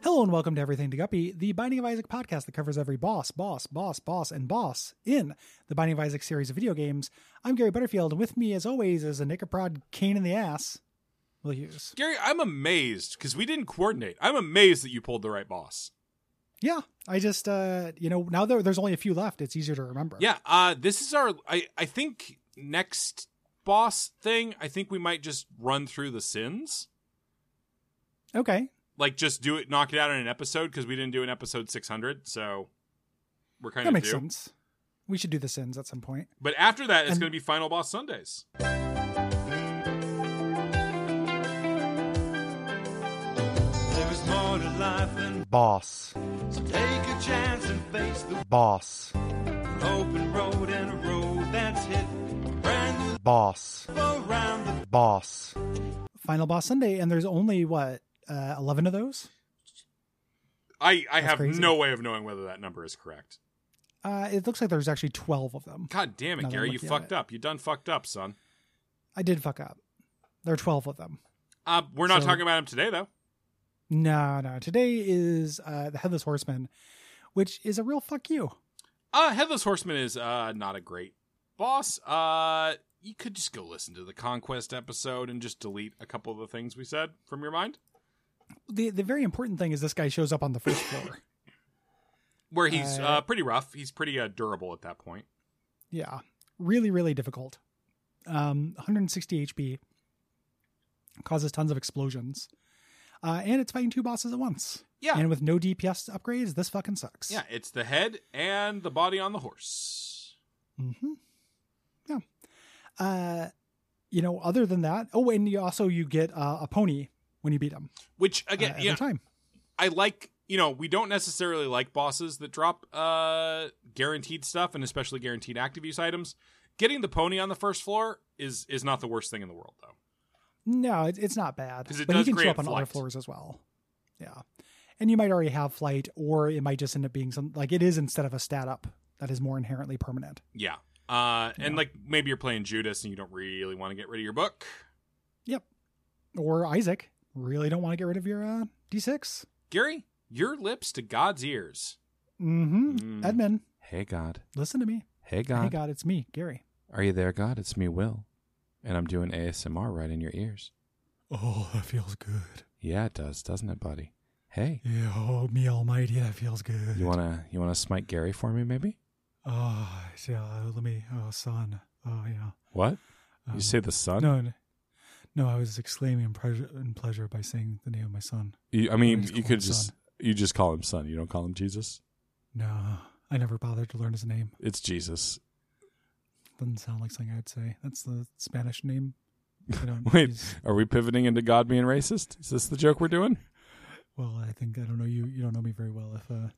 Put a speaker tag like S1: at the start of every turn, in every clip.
S1: Hello and welcome to Everything to Guppy, the Binding of Isaac podcast that covers every boss, boss, boss, boss, and boss in the Binding of Isaac series of video games. I'm Gary Butterfield, and with me, as always, is a Nickaprod cane in the ass, Will Hughes.
S2: Gary, I'm amazed because we didn't coordinate. I'm amazed that you pulled the right boss.
S1: Yeah, I just, uh, you know, now that there's only a few left, it's easier to remember.
S2: Yeah, uh, this is our. I I think next boss thing. I think we might just run through the sins.
S1: Okay.
S2: Like just do it, knock it out in an episode because we didn't do an episode 600. So we're kind
S1: That
S2: of
S1: makes
S2: due.
S1: sense. We should do the sins at some point.
S2: But after that, it's
S1: And-
S2: going to be Final Boss Sundays.
S3: There is more to life than
S4: Boss.
S3: so take a chance and face the
S4: Boss.
S3: open road and a road that's hit. Brand
S4: Boss.
S3: new around the
S4: Boss.
S1: Final Boss Sunday, and there's only, what, uh, 11 of those?
S2: I I have
S1: crazy.
S2: no way of knowing whether that number is correct.
S1: Uh, it looks like there's actually 12 of them.
S2: God damn
S1: Now
S2: it,
S1: that I'm
S2: Gary, you
S1: looking at
S2: fucked
S1: it.
S2: up. You done fucked up, son.
S1: I did fuck up. There are 12 of them.
S2: Uh, we're not
S1: So-
S2: talking about him today though.
S1: No, no. Today is uh, the Headless Horseman, which is a real fuck you.
S2: Uh, Headless Horseman is uh not a great boss. Uh, you could just go listen to the Conquest episode and just delete a couple of the things we said from your mind,
S1: The the very important thing is this guy shows up on the first floor.
S2: where he's uh,
S1: Uh,
S2: pretty rough. He's pretty uh, durable at that point.
S1: yeah, really, really difficult. Um, 160 HP causes tons of explosions, uh, and it's fighting two bosses at once.
S2: Yeah.
S1: and with no DPS upgrades, this fucking sucks.
S2: Yeah, it's the head and the body on the horse.
S1: Mm-hmm. Yeah. Uh, you know, other than that, oh, and you also you get uh, a pony when you beat him
S2: Which
S1: uh,
S2: again,
S1: every
S2: yeah,
S1: time.
S2: I like. You know, we don't necessarily like bosses that drop uh guaranteed stuff and especially guaranteed active use items. Getting the pony on the first floor is is not the worst thing in the world though.
S1: No, it, it's not bad.
S2: 'Cause it
S1: but he
S2: does
S1: can show
S2: create
S1: up on other
S2: flight.
S1: floors as well. Yeah. And you might already have flight, or it might just end up being some like it is instead of a stat up that is more inherently permanent.
S2: Yeah. Uh, and
S1: Yeah.
S2: like maybe you're playing Judas and you don't really want to get rid of your book.
S1: Or Isaac, really don't want to get rid of your uh, D6.
S2: Gary, your lips to God's ears.
S1: Mm-hmm.
S2: Mm.
S1: Edmund,
S5: Hey, God.
S1: listen to me.
S5: Hey,
S1: Hey
S5: God.
S1: God, it's me, Gary.
S5: Are you there, God? It's me, Will. And I'm doing ASMR right in your ears.
S1: Oh, that feels good.
S5: Yeah, it does, doesn't it, buddy? Hey,
S1: Yeah, oh me almighty, that feels good.
S5: you wanna you wanna smite Gary for me, maybe?
S1: Oh yeah, let me oh son. Oh yeah. Uh,
S5: What? You say the son?
S1: Um, No, no, no, I was exclaiming in pleasure, in pleasure by saying the name of my son.
S5: You, I mean,
S1: just
S5: you
S1: call
S5: could
S1: him
S5: just
S1: son.
S5: you just call him son. You don't call him Jesus.
S1: No, I never bothered to learn his name.
S5: It's Jesus.
S1: Doesn't sound like something I'd say. That's the Spanish name. I don't
S5: Wait.
S1: use-
S5: Are we pivoting into God being racist? Is this the joke we're doing?
S1: well, I think I don't know you. You don't know me very well. If uh,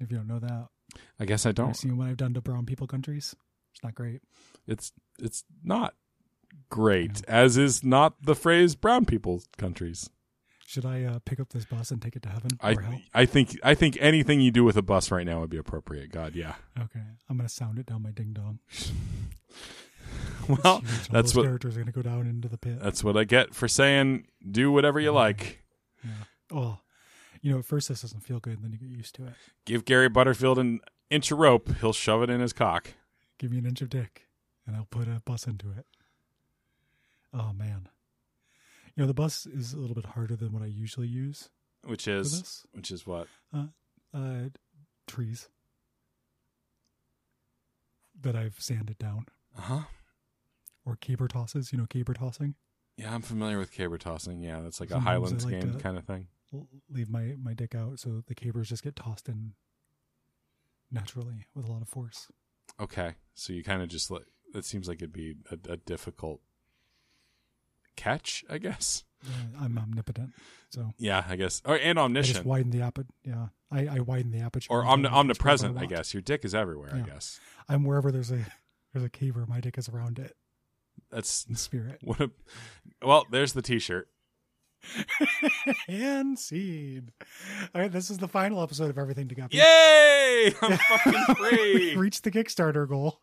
S1: if you don't know that,
S5: I guess I
S1: I've
S5: don't.
S1: seen what I've done to brown people countries. It's not great.
S5: It's it's not great, as is not the phrase brown people countries.
S1: Should I uh, pick up this bus and take it to heaven
S5: I
S1: or hell?
S5: I think I think anything you do with a bus right now would be appropriate. God, yeah.
S1: Okay, I'm gonna sound it down my ding dong.
S5: Well,
S1: Huge. All
S5: that's
S1: those
S5: what-
S1: characters are gonna go down into the pit.
S5: that's what I get for saying do whatever
S1: Mm-hmm.
S5: you like.
S1: oh, you know, at first this doesn't feel good, and then you get used to it.
S5: Give Gary Butterfield an inch of rope, he'll shove it in his cock.
S1: Give me an inch of dick, and I'll put a bus into it. Oh man, you know the bus is a little bit harder than what I usually use
S5: Which
S1: for
S5: is
S1: this.
S5: which is what?
S1: Uh, trees that I've sanded down,
S5: Uh
S1: Uh-huh.
S5: huh.
S1: or caber tosses. You know, caber tossing.
S5: Yeah, I'm familiar with caber tossing. Yeah, that's like a
S1: Sometimes I
S5: Highlands
S1: like
S5: game
S1: to-
S5: kind of thing.
S1: L- leave my my dick out so the cabers just get tossed in naturally with a lot of force.
S5: Okay, so you kind of just like that seems like it'd be a, a difficult catch, I guess.
S1: Yeah, Uh, I'm omnipotent, so.
S5: Yeah, I guess. Or and
S1: I just
S5: omniscient
S1: widen the aperture. Yeah, I, I widen the aperture.
S5: or
S1: until
S5: omni-
S1: I can reach wherever
S5: omnipresent, I
S1: want.
S5: guess. Your dick is everywhere,
S1: Yeah.
S5: I guess.
S1: I'm wherever there's a there's a caver. My dick is around it
S5: That's
S1: in spirit
S5: what a Well, there's the t-shirt.
S1: and scene. All right, this is the final episode of everything to go.
S2: Yay! I'm fucking free.
S1: Reach the Kickstarter goal.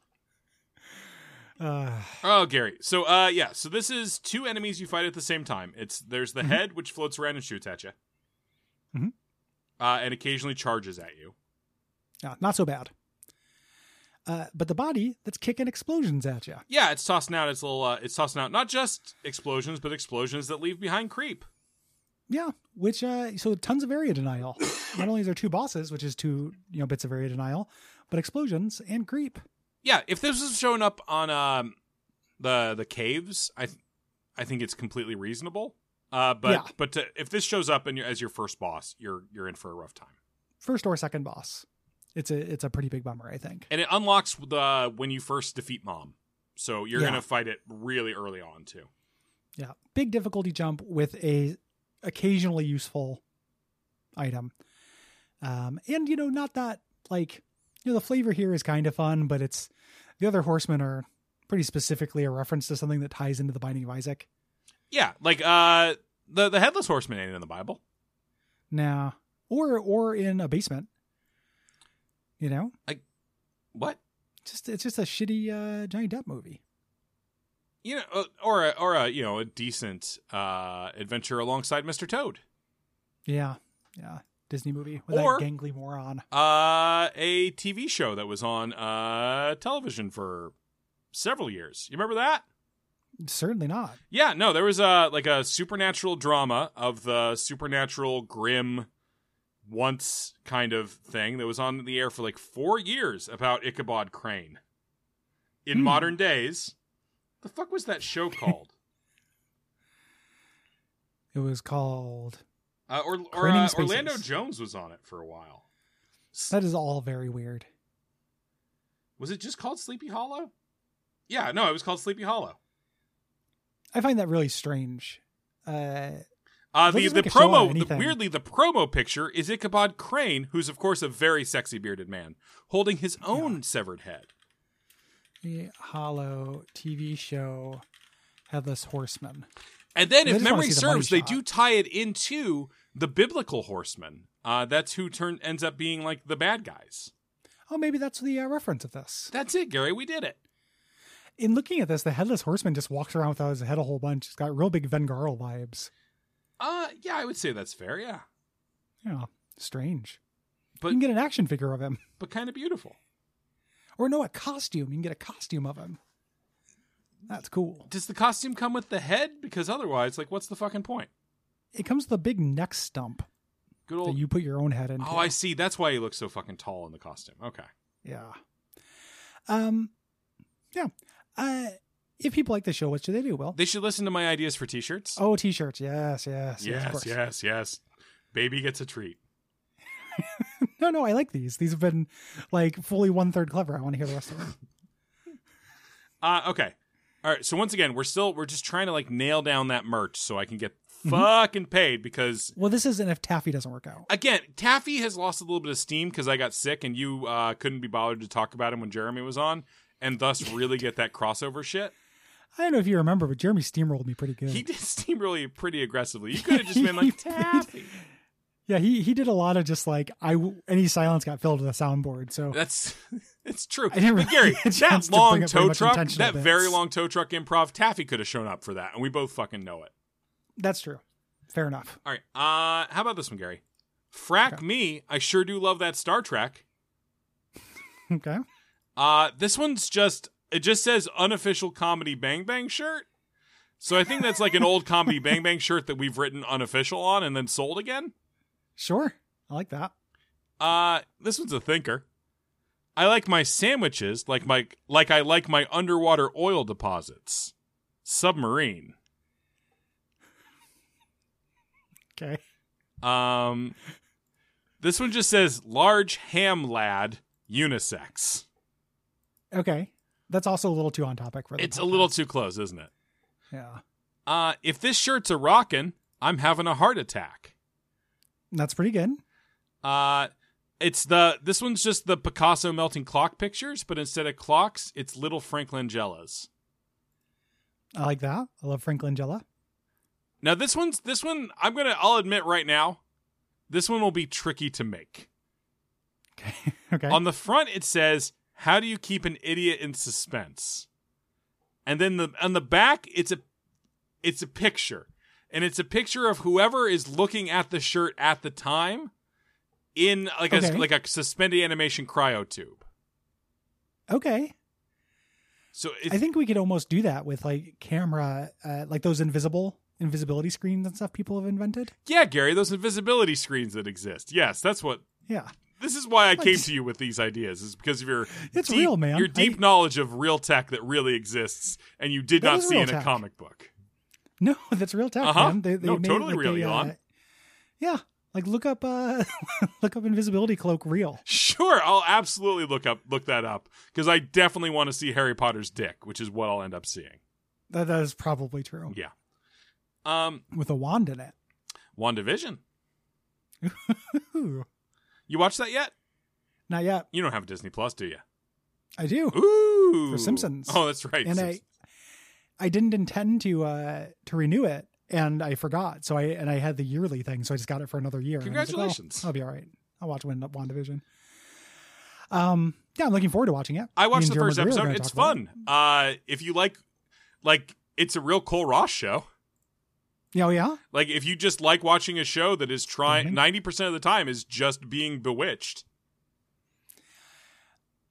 S1: Uh,
S2: Oh, Gary. So, uh, yeah. So this is two enemies you fight at the same time. It's there's the
S1: Mhm.
S2: head which floats around and shoots at you.
S1: Mhm.
S2: uh, and occasionally charges at you.
S1: Ah, not so bad. Uh, but the body that's kicking explosions at you.
S2: Yeah, it's tossing out its little. Uh, it's tossing out not just explosions, but explosions that leave behind creep.
S1: Yeah, which uh, so tons of area denial. Not only is there two bosses, which is two you know bits of area denial, but explosions and creep.
S2: Yeah, if this was showing up on um, the the caves, I th- I think it's completely reasonable. Uh, but
S1: Yeah.
S2: but to, if this shows up and you're, as your first boss, you're you're in for a rough time.
S1: First or second boss. It's a it's a pretty big bummer, I think.
S2: And it unlocks the when you first defeat mom, so you're
S1: Yeah.
S2: gonna fight it really early on too.
S1: Yeah, big difficulty jump with a occasionally useful item, um, and you know, not that like you know, the flavor here is kind of fun, but it's the other horsemen are pretty specifically a reference to something that ties into the Binding of Isaac.
S2: Yeah, like uh, the the headless horseman ain't in the Bible.
S1: Now, or or in a basement, you know,
S2: What?
S1: just it's just a shitty uh, Johnny Depp movie.
S2: you know, uh, or a, or a you know a decent uh, adventure alongside Mr. Toad,
S1: Yeah, yeah, Disney movie with
S2: Or-
S1: that gangly moron.
S2: uh, a TV show that was on uh, television for several years. You remember that?
S1: Certainly not.
S2: Yeah, no, there was a like a supernatural drama of the supernatural grim once kind of thing that was on the air for like four years about Ichabod Crane in
S1: Hmm.
S2: modern days. The fuck was that show called?
S1: It was called.
S2: uh, or or
S1: Craning
S2: uh, Orlando
S1: Spaces.
S2: Jones was on it for a while.
S1: That is all very weird.
S2: Was it just called Sleepy Hollow? Yeah, no, it was called Sleepy Hollow.
S1: I find that really strange. Uh,
S2: Uh,
S1: That
S2: the
S1: doesn't
S2: the
S1: make a show out of
S2: promo, the-
S1: anything.
S2: weirdly, the promo picture is Ichabod Crane, who's of course a very sexy bearded man, holding his own severed head.
S1: the Hollow TV show Headless Horseman.
S2: And then,
S1: They
S2: if
S1: just wanna
S2: memory
S1: see the money
S2: serves, they
S1: shot.
S2: do tie it into the biblical horseman. Uh, that's who turn ends up being like the bad guys.
S1: Oh, maybe that's the uh, reference of this.
S2: That's it, Gary. We did it.
S1: In looking at this, the Headless Horseman just walks around without his head a whole bunch. It's got real big Ven Garl vibes.
S2: Uh, yeah, I would say that's fair. Yeah,
S1: Yeah, strange.
S2: But-
S1: you can get an action figure of him,
S2: but kind of beautiful.
S1: or no, a costume. You can get a costume of him. That's cool.
S2: Does the costume come with the head? Because otherwise, like, what's the fucking point?
S1: It comes with a big neck stump
S2: Good
S1: that
S2: old
S1: you put your own head into.
S2: Oh, I see. That's why he looks so fucking tall in the costume. Okay.
S1: Yeah. Um. Yeah. Uh. If people like the show, what should they do? Well,
S2: They should listen to my ideas for t-shirts.
S1: Oh, t-shirts. Yes, yes, yes. of
S2: yes,
S1: course.
S2: yes, yes. Baby gets a treat.
S1: No, no, I like these. These have been like fully one third clever. I want to hear the rest of them.
S2: Uh okay. All right. So once again, we're still we're just trying to like nail down that merch so I can get
S1: Mm-hmm.
S2: fucking paid because
S1: Well, this isn't if Taffy doesn't work out.
S2: again, Taffy has lost a little bit of steam because I got sick and you uh, couldn't be bothered to talk about him when Jeremy was on, and thus really get that crossover shit.
S1: I don't know if you remember, but Jeremy steamrolled me pretty good.
S2: He did steam really pretty aggressively. You could have just been like
S1: He did.
S2: Taffy.
S1: yeah, he he did a lot of just like I w- any silence got filled with a soundboard. So
S2: That's it's true.
S1: I didn't really
S2: But Gary,
S1: get a chance to
S2: that
S1: bring
S2: long
S1: up very
S2: tow
S1: much
S2: truck,
S1: intentional
S2: that very
S1: bits.
S2: long tow truck improv, Taffy could have shown up for that, and we both fucking know it.
S1: that's true. Fair enough.
S2: All right, uh, how about this one, Gary? Frack me, I sure do love that Star Trek.
S1: Okay.
S2: Uh, this one's just it just says unofficial comedy bang bang shirt. So I think that's like an old comedy bang bang shirt that we've written unofficial on and then sold again.
S1: Sure. I like that.
S2: Uh, this one's a thinker. I like my sandwiches like my like I like my underwater oil deposits. Submarine.
S1: Okay.
S2: Um, this one just says large ham lad unisex.
S1: Okay. That's also a little too on topic for the
S2: It's a
S1: podcast.
S2: little too close, isn't it?
S1: Yeah.
S2: Uh, if this shirt's a rockin', I'm having a heart attack.
S1: That's pretty good.
S2: Uh, it's the this one's just the Picasso melting clock pictures, but instead of clocks, it's little Franklin Jellas.
S1: I like that. I love Frank Langella.
S2: Now this one's this one I'm gonna I'll admit right now, this one will be tricky to make.
S1: Okay. okay.
S2: On the front it says, "How do you keep an idiot in suspense?" And then the on the back it's a it's a picture. And it's a picture of whoever is looking at the shirt at the time in like
S1: Okay.
S2: a like a suspended animation cryo tube.
S1: Okay.
S2: So it's,
S1: I think we could almost do that with like camera, uh, like those invisible invisibility screens and stuff people have invented.
S2: yeah, Gary, those invisibility screens that exist. Yes, that's what.
S1: Yeah.
S2: This is why I came
S1: just-
S2: to you with these ideas. Is because of your
S1: It's
S2: deep-
S1: real, man.
S2: Your deep
S1: I-
S2: knowledge of real tech that really exists, and you did
S1: That
S2: not
S1: is
S2: see
S1: real
S2: in a
S1: tech.
S2: comic book.
S1: No, that's real tech,
S2: Uh-huh.
S1: man. They, they
S2: No,
S1: made,
S2: totally
S1: like,
S2: real,
S1: a,
S2: Elon.
S1: uh, yeah. Like look up, uh, look up invisibility cloak real.
S2: Sure, I'll absolutely look up look that up because I definitely want to see Harry Potter's dick, which is what I'll end up seeing.
S1: That, that is probably true
S2: Yeah. Um,
S1: with a wand in it.
S2: WandaVision.
S1: Ooh.
S2: You watch that yet?
S1: Not yet.
S2: You don't have Disney Plus, do you?
S1: I do.
S2: Ooh,
S1: For Simpsons.
S2: Oh, that's right.
S1: and I
S2: Simpsons.
S1: I didn't intend to uh to renew it and I forgot. So I and I had the yearly thing, so I just got it for another year. And I was like, well,
S2: Congratulations.
S1: I'll be all right. I'll watch Wind Up WandaVision. Um yeah, I'm looking forward to watching it.
S2: I watched
S1: Me and
S2: the first
S1: Jeremy Greer are
S2: episode.
S1: gonna
S2: It's
S1: talk about
S2: fun. Uh, if you like, like, it's a real Cole Ross show.
S1: it. Yeah, oh yeah.
S2: Like, if you just like watching a show that is trying
S1: Mhm.
S2: ninety percent of the time is just being bewitched.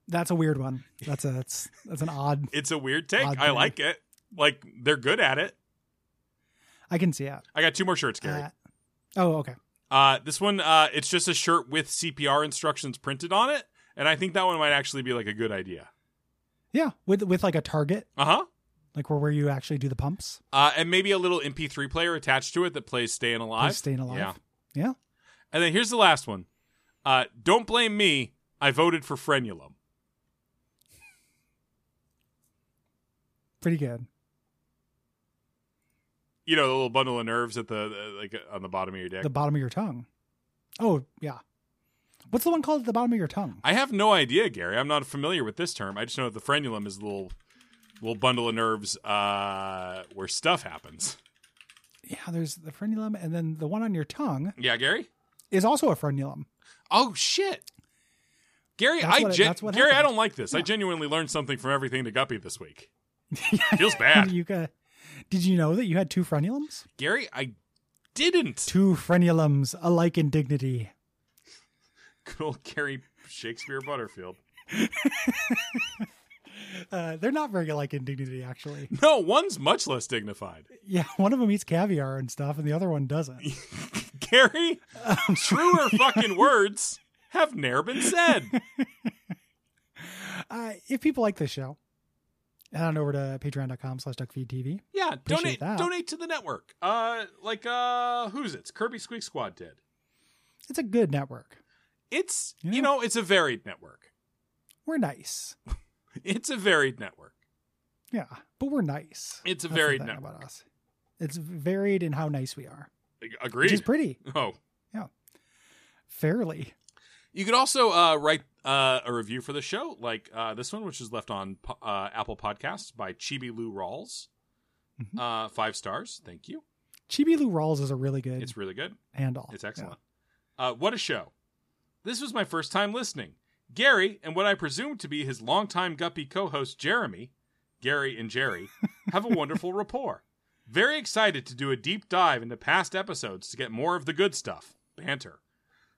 S1: That's a weird one. That's a that's that's an odd
S2: It's a weird take.
S1: Odd
S2: I
S1: thing.
S2: like it. Like they're good at it.
S1: I can see it.
S2: I got two more shirts, Gary.
S1: Uh, oh, okay.
S2: Uh, this one, uh, it's just a shirt with CPR instructions printed on it, and I think that one might actually be like a good idea.
S1: Yeah. With with like a target,
S2: Uh huh.
S1: like where where you actually do the pumps.
S2: Uh, and maybe a little MP3 player attached to it that plays "Staying Alive."
S1: Please staying alive.
S2: Yeah.
S1: Yeah.
S2: And then here's the last one. Uh, don't blame me. I voted for Frenulum.
S1: Pretty good.
S2: You know, the little bundle of nerves at the uh, like on the bottom of your dick.
S1: The bottom of your tongue. Oh, yeah. What's the one called at the bottom of your tongue?
S2: I have no idea, Gary. I'm not familiar with this term. I just know that the frenulum is the little little bundle of nerves uh, where stuff happens.
S1: Yeah, there's the frenulum, and then the one on your tongue
S2: Yeah, Gary.
S1: is also a frenulum.
S2: Oh shit, Gary.
S1: That's
S2: I
S1: what-
S2: gen-
S1: that's what
S2: Gary. I
S1: happened.
S2: don't like this. I
S1: Yeah.
S2: genuinely learned something from everything to Guppy this week. Feels bad,
S1: you ca- did you know that you had two frenulums?
S2: Gary. I didn't.
S1: Two frenulums alike in dignity.
S2: Good old Gary Shakespeare Butterfield.
S1: Uh, they're not very alike in dignity, actually.
S2: No, one's much less dignified.
S1: Yeah, one of them eats caviar and stuff, and the other one doesn't. Um,
S2: Gary, truer fucking words have ne'er been said.
S1: Uh, if people like this show, head on over to patreon.com slash duckfeedtv.
S2: Yeah, donate
S1: Appreciate that.
S2: donate to the network. Uh like uh who's it's Kirby Squeak Squad did.
S1: It's a good network.
S2: It's
S1: Yeah.
S2: you know, it's a varied network.
S1: We're nice.
S2: It's a varied network.
S1: Yeah, but we're nice.
S2: It's a
S1: That's the
S2: varied
S1: thing
S2: network.
S1: about us. It's varied in how nice we are, which is
S2: Agreed.
S1: pretty.
S2: oh.
S1: Fairly.
S2: You could also uh write uh, a review for the show, like uh, this one, which is left on po- uh, Apple Podcasts by Chibi Lou Rawls.
S1: Mhm.
S2: Uh, five stars. Thank you.
S1: Chibi Lou Rawls is a really good
S2: It's really good.
S1: handle.
S2: It's excellent. Uh, what a show. This was my first time listening. Gary and what I presume to be his longtime Guppy co host, Jeremy, Gary and Jerry, have a wonderful rapport. Very excited to do a deep dive into past episodes to get more of the good stuff banter.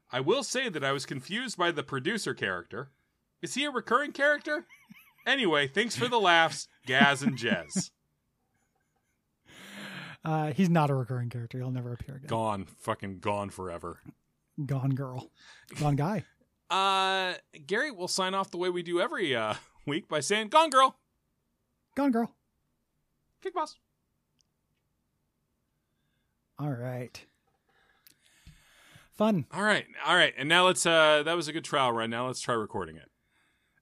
S2: I will say that I was confused by the producer character. Is he a recurring character? Anyway, thanks for the laughs, Gaz and Jez.
S1: Yeah. Uh, he's not a recurring character. He'll never appear again.
S2: Gone, fucking gone forever.
S1: Gone girl. Gone guy.
S2: Uh, Gary will sign off the way we do every uh, week by saying, "Gone girl,
S1: Gone girl.
S2: kick boss."
S1: All right. Fun.
S2: All right, all right, and now let's. Uh, that was a good trial run. Now let's try recording it.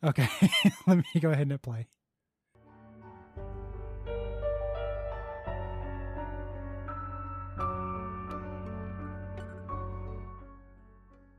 S1: Okay. Let me go ahead and hit play.